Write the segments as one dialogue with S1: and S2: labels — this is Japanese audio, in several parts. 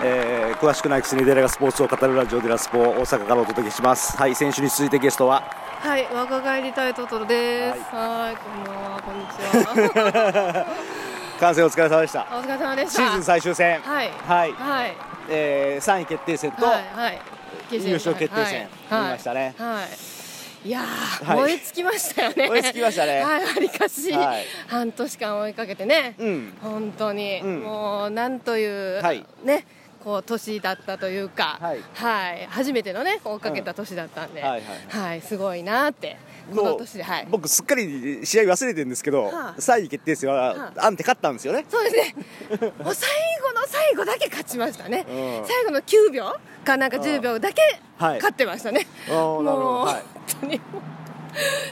S1: 詳しくないくせにデラがスポーツを語るラジオデラスポ大阪からお届けしますはい選手に続いてゲストは
S2: はい、若返りたいトトロです。はーい、こんばんは、こんにち は。
S1: 完成お疲れ様でした
S2: お疲れ様でし
S1: シ
S2: た。
S1: ーズン最終戦
S2: はい
S1: はい、
S2: はい、
S1: えー、3位決定戦と、
S2: はい、はい、決戦
S1: 優勝決定戦
S2: はい
S1: 見ましたね
S2: はい。はいいやー、
S1: はい
S2: 燃え尽きましたよね。
S1: 燃え尽きましたね
S2: はい、わりかし、
S1: はい
S2: 半年間追いかけてね。
S1: うん
S2: 本当に、
S1: うん
S2: もうなんという、
S1: はい
S2: ね。こう年だったというか、
S1: はい
S2: はい初めてのね追いかけた年だったんで、
S1: うんはいはい
S2: すごいなーってこの年で、はい、
S1: 僕すっかり試合忘れてるんですけど、
S2: はあ
S1: 3位決定戦は、
S2: は
S1: アンテ勝ったんですよね
S2: そうですね。もう最後の最後だけ勝ちましたね。
S1: うん
S2: 最後の9秒かなんか
S1: うん
S2: 10秒だけ
S1: はい
S2: 勝ってましたね。
S1: あーなるほど
S2: もう
S1: はい
S2: 本当に。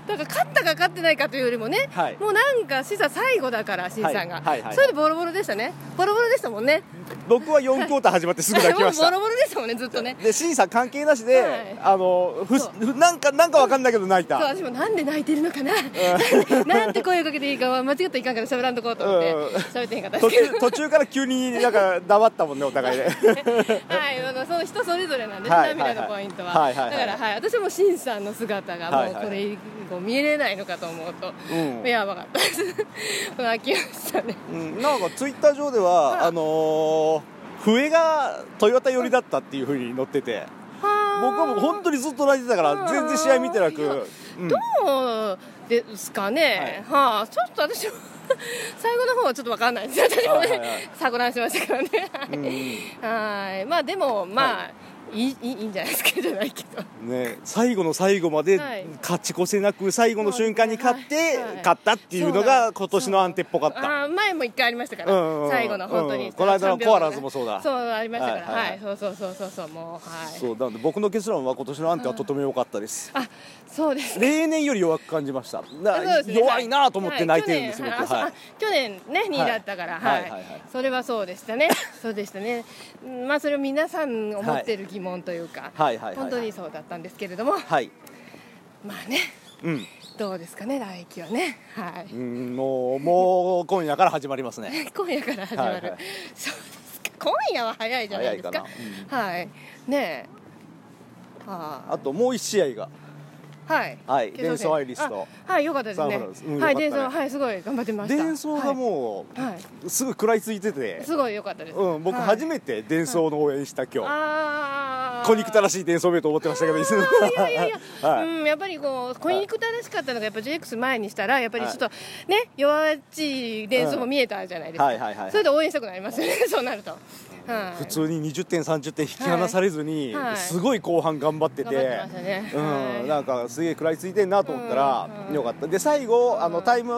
S2: だから勝ったか勝ってないかというよりもね、
S1: はい
S2: もうなんか審査最後だから審査が、
S1: はいはいはい
S2: それでボロボロでしたね。ボロボロでしたもんね。
S1: 僕は4クォーター始まってすぐ泣きまし
S2: も
S1: た
S2: うボロボロでしたもんねずっとね。
S1: で審査関係なしで、
S2: はい
S1: あのふ
S2: そう
S1: ふなんかなんかわかんないけど泣い
S2: そう
S1: た
S2: 私もなんで泣いてるのか な、なんでなんて声をかけていいかは間違ったらいかんから喋らんとこうと思って
S1: うん
S2: 喋ってへんかったんで
S1: 途
S2: すけど
S1: 中途中から急になんか黙ったもんねお互いで
S2: はい、あのその人それぞれなんで、
S1: はい
S2: 涙のポイントは。
S1: はいはいはい
S2: だから、はい、私もシンさんの姿が、
S1: はい
S2: もう
S1: はい
S2: これ以後見れないのかと思うと。
S1: うん
S2: やばかった です。泣きましたね。
S1: うんなんかツイッター上ではあのー笛がトヨタ寄りだったっていうふうに載ってて
S2: 僕
S1: 僕はもう本当にずっと泣いてたから全然試合見てなく、
S2: いや
S1: うん
S2: どうですかね、はあ、ちょっと私も 最後の方はちょっとわかんないですよ、私も
S1: はいはいは
S2: ね
S1: い、
S2: 錯乱しましたからね、はいはいまあでも、まあ、いい、いいいいんじゃないですか、じゃないけど。
S1: ね、最後の最後まで
S2: はい
S1: 勝ち越せなく最後の瞬間に勝って
S2: はい
S1: 勝ったっていうの
S2: そうな
S1: が
S2: ん
S1: 今年のアンテっぽかった。
S2: あー前も一回ありましたから、
S1: うんうんうん
S2: 最後の本当に、
S1: うんこの間の
S2: 3秒ぐら
S1: コア
S2: い
S1: ラズもそうだ
S2: そうありましたから
S1: は
S2: はいい、
S1: はいはい
S2: そうそうそうそうそうもうはい
S1: そうなので僕の結論は今年のアンテはとても良かったです。
S2: あそうです
S1: 例年より弱く感じました。な
S2: そうですね
S1: 弱いなと思って泣いてるんです
S2: は
S1: 僕
S2: い
S1: は
S2: はい
S1: い。
S2: 去年あそうあ去年ね2位だったから、
S1: は
S2: はいい
S1: はいはいはい
S2: それはそうでしたねそうでしたねうんまあそれを皆さん思ってる疑問というか、
S1: はいはいはいはい
S2: 本当にそうだったんですけれども、
S1: はい。
S2: まあね
S1: うん。
S2: どうですかね来季はねは
S1: う
S2: い、
S1: んもうもう今夜から始まりますね。
S2: 今夜から始まる、
S1: はいはい
S2: そうですか今夜は早いじゃないですか
S1: 早い
S2: はいねえあー
S1: あともう一試合が。
S2: はい。
S1: はい
S2: 決勝戦
S1: デンソーアイリスと
S2: あはい、良かったです
S1: サン
S2: ね
S1: フランシスうん。
S2: はい、
S1: 良かったね
S2: 伝送、はい、すごい頑張ってました。
S1: 伝送がも
S2: う。はい。は
S1: うすぐ食らいついてて
S2: い、すごい良かったです。
S1: うん僕
S2: はい
S1: 初めて伝送の応援した今日。
S2: ああ。
S1: 小肉たら
S2: し
S1: しい伝送名と思ってましたけど。いつも、
S2: いやいやいや
S1: はい
S2: うん、やっぱりこう、小肉たらしかったのが、やっぱ JX 前にしたら、やっぱりちょっと、ね、弱っちい伝送も見えたじゃないですか。
S1: はいはいはいはい
S2: それで応援したくなりますよね、 そうなると。はい。
S1: 普通に20点、30点引き離されずに、
S2: はいはい
S1: すごい後半頑張ってて、
S2: 頑張ってましたね
S1: うん
S2: はい
S1: なんかすげえ食らいついてんなと思ったら、
S2: うん
S1: よかった、で最後、あのタイム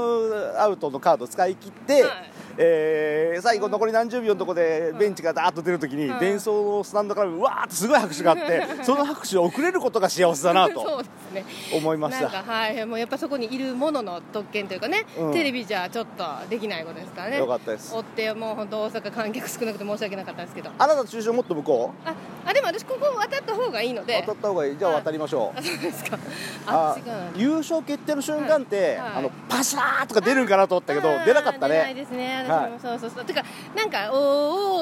S1: アウトのカード使い切って、
S2: はい
S1: えー最後、残り何十秒のとこでベンチがだーっと出るときに、
S2: ん
S1: 伝送のスタンドからうわーってすごい拍手があ って、その拍手を送れることが幸せだな
S2: そ
S1: と
S2: うですね。
S1: 思いまし
S2: なんか
S1: た。
S2: はいもうやっぱそこにいるものの特権というかね、
S1: うん
S2: テレビじゃちょっとできないことですからね
S1: よかったです
S2: 追ってもう本当大阪観客少なくて申し訳なかったですけどあ
S1: あなたの中心をもっと向こう、
S2: あでも私ここ渡った方がいいので
S1: 渡った方がいい、じゃあ渡りましょう
S2: あ。そうですかあ
S1: あ
S2: 違うな
S1: 優勝決定の瞬間って、
S2: はいはい
S1: あのパシャーとか出るんかなと思ったけど
S2: あー
S1: 出なかった
S2: 出ない
S1: ね
S2: ですね
S1: はい
S2: 私もそうそうそう、てかなんかおー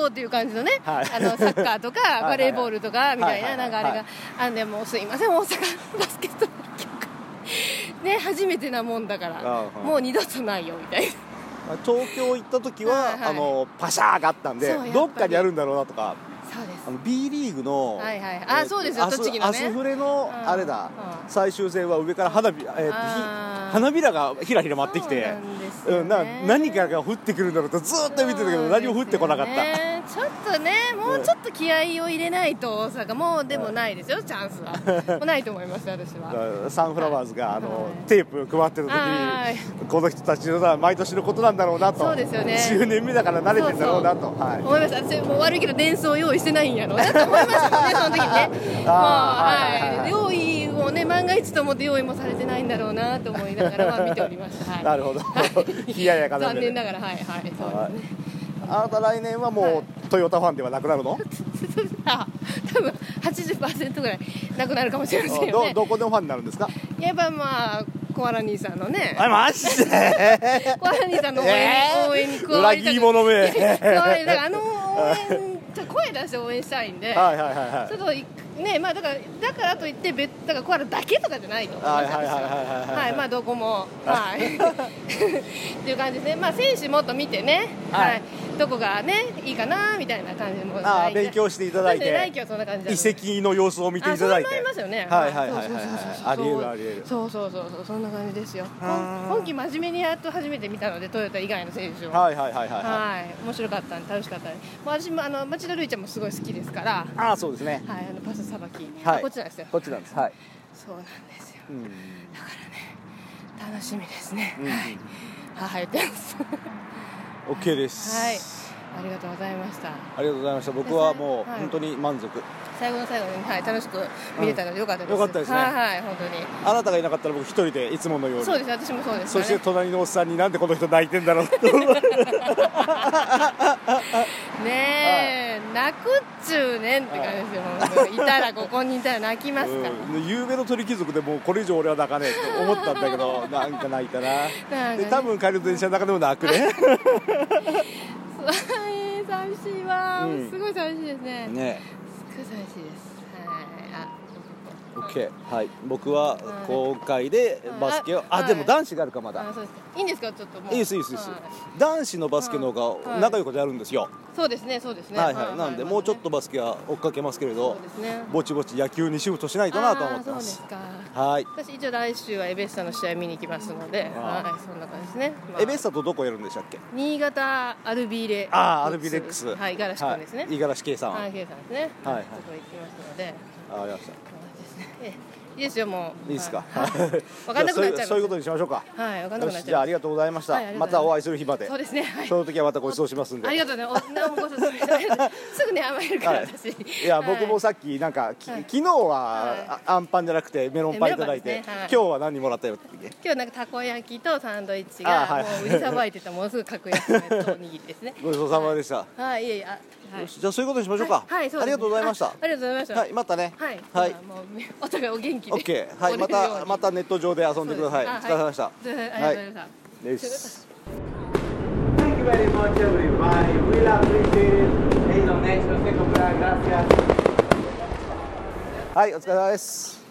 S2: おーっていう感じのね、
S1: はい
S2: あのサッカーと か
S1: いはいはい
S2: バレーボールとかみたい
S1: は
S2: な
S1: はい
S2: いなん
S1: は
S2: か
S1: い
S2: あれがあんでもうすいません大阪バスケットボール協会ね初めてなもんだか
S1: あ
S2: ら
S1: ーはい
S2: もう二度とないよみたいな
S1: 東京行った時は、
S2: はいはい
S1: あのパシャーがあったんで
S2: そうやっぱり
S1: どっかにあるんだろうなとか
S2: そうです
S1: あの B リーグの、
S2: はいはいあ
S1: ーと
S2: そうですよ
S1: アス
S2: 栃木のね
S1: アスフレの
S2: うん
S1: あれだ、
S2: うん
S1: 最終戦は上から花火、えーとひ
S2: あー
S1: 花びらがひらひら舞ってきて
S2: そうなんですよね
S1: うんな何かが降ってくるんだろうとずーっと見てたけど、何も降ってこなかった、
S2: そうですよねちょっとねもうちょっと気合を入れないと大阪もうでもないですよチャンス はもうないと思います私
S1: だか
S2: は
S1: らサンフラワーズがあの、
S2: はい
S1: テープ配ってる時に、
S2: はい
S1: この人たちのさ毎年のことなんだろうなと
S2: そうですよね
S1: 10年目だから慣れてんだろうなとはい
S2: 思いました私もう悪いけど伝送用意してないんやろうなと思いましたもんね その時にねもう
S1: あー
S2: はい用意をね万が一と思って用意もされてないんだろうなと思いながらは見ておりました、はい、
S1: なるほど 冷ややかな目で
S2: 残念ながらはいはいそうですね
S1: はいあなた来年はもう、
S2: はい
S1: トヨタファンではなくなるの
S2: あ多分80%ぐらいなくなるかもしれませんよ
S1: ど
S2: ね
S1: どこでもファンになるんですか
S2: やっぱまあコアラ兄さんのね
S1: あマジで
S2: コアラ兄さんの応援,、
S1: えー
S2: 応援に加わりた
S1: 裏 切り
S2: く
S1: 者め
S2: いやいや加わりたくあの応援コ声出して応援したいんで、
S1: はいはいはいはい
S2: ちょっといねまあだからだからといって別だからコアラだけとかじゃないと思っ
S1: はい
S2: ちゃ
S1: は
S2: うん
S1: い
S2: で
S1: は
S2: す
S1: い
S2: よ
S1: はいはい
S2: はい、まあどこも、はい、っていう感じですね、まあ、選手もっと見てね、
S1: はい
S2: はいどこがね、いいかなみたいな感じも
S1: ああ勉強していただいて
S2: 来季はそんな感じだ
S1: 遺
S2: ね
S1: 跡の様子を見ていただいて
S2: あそれもありますよね
S1: はいはいはいはい
S2: そうそうそうそう
S1: あり得るあり得る
S2: そうそうそうそうそんな感じですよ
S1: うん
S2: 今今季真面目にやっと初めて見たのでトヨタ以外の選手を
S1: はいはいはいはいは
S2: はい面白かったんで楽しかったんでもう私もあの町田瑠唯ちゃんもすごい好きですからはい
S1: いああそうですね
S2: あのパスさばき、
S1: はい
S2: あこっちなんですよ
S1: こっちなんですはい
S2: そうなんですよ
S1: うん
S2: 楽しみですね、
S1: うん
S2: はいはい言ってます
S1: OK です
S2: はいありがとうございました
S1: ありがとうございました僕はもう
S2: はい
S1: 本当に満足
S2: 最後の最後に、はい、楽しく見れたのでよかったです、
S1: うんよかったですね
S2: はい、はい、本当
S1: あなたがいなかったら僕一人でいつものよう
S2: に
S1: に
S2: そうです私もそうです
S1: そして
S2: ね
S1: 隣のおっさんになんでこの人泣いてんだろ うと
S2: ねえ、泣くっちゅうねんって感じですよ、本当にいたらここにいたら泣きますから、
S1: うんゆうべの鳥貴族でもうこれ以上俺は泣かねえって思ったんだけ どなんか泣いたな
S2: かね
S1: で多分帰りの電車の中でも泣く ね
S2: はい寂しいわ、
S1: うん
S2: すごい寂しいですね
S1: ね
S2: すごい寂しいですはいあ
S1: OK はい僕は
S2: はい
S1: 今回でバスケをあ
S2: はい
S1: でも男子があるかま
S2: あ
S1: だ
S2: そうですかいいんですかちょっともう
S1: いいですいいですいいです
S2: はい
S1: 男子のバスケの方
S2: は
S1: が
S2: い
S1: 仲良いことやるんですよ
S2: そうですねそうですね
S1: はいはいなんでもうちょっとバスケは追っかけますけれ
S2: そ
S1: ど
S2: うですね
S1: ぼちぼち野球にシフトしないとなと思ってま
S2: あー
S1: す
S2: そうですか
S1: はい
S2: 私一応来週はエベッサの試合見に行きますので、
S1: あー
S2: はい、そんな感じですね。まあ
S1: エベッサとどこやるんでしたっけ
S2: 新潟アルビレ。
S1: ああアルビレックス
S2: はい、ガラシ君ですね
S1: は。い五十嵐圭さん
S2: はい、
S1: あ
S2: ケイさんですね。
S1: はいはい
S2: そこ行きますので。
S1: りました
S2: そうですねええいいですよ、もう。
S1: いいですか
S2: はいわかんなくなっちゃいます
S1: じゃあそういうそういうことにしましょうか
S2: はい、わかん
S1: よ
S2: なくなっ
S1: し
S2: ち
S1: じゃあ
S2: ゃ
S1: あ
S2: い
S1: りがとうございました、
S2: はいありが
S1: ま
S2: とう
S1: た
S2: ご
S1: お
S2: ざ
S1: 会いする日まで
S2: ます。そうですね。はい。
S1: その時はまたご馳走しますんで
S2: ありがとうね。おなごちそうさまでしたすぐね、甘えるから、
S1: はい
S2: 私。
S1: いや僕もさっきなんか、き
S2: はい
S1: 昨日は
S2: は
S1: あアンパンじゃなくてメロンパンいただい
S2: え
S1: て、
S2: メロンパンですねはい
S1: 今日は何もらったよって言って
S2: 今日なんかたこ焼きとサンドイッチ
S1: あ
S2: が
S1: はい
S2: もう売りさばいてたものすごい格安のやつとおにぎり ですね
S1: ごちそうさまでした、
S2: はいいえいえあはい
S1: よしじゃあそういうことにしましょうか、
S2: はいはいそうですね
S1: ありがとうございました
S2: あありがとうございました
S1: はいまたね
S2: はい、
S1: はい
S2: まあもうみお互いお元気で
S1: OK はいま
S2: お願いよう
S1: た
S2: に
S1: またネット上で遊んでください、
S2: そ
S1: お疲れ
S2: うです
S1: 様でした
S2: あはいありがとうございました、
S1: です。
S3: Thank you very much, everybody. Really appreciate it. Any donation, take a break. Gracias.
S1: はい、お疲れ様です。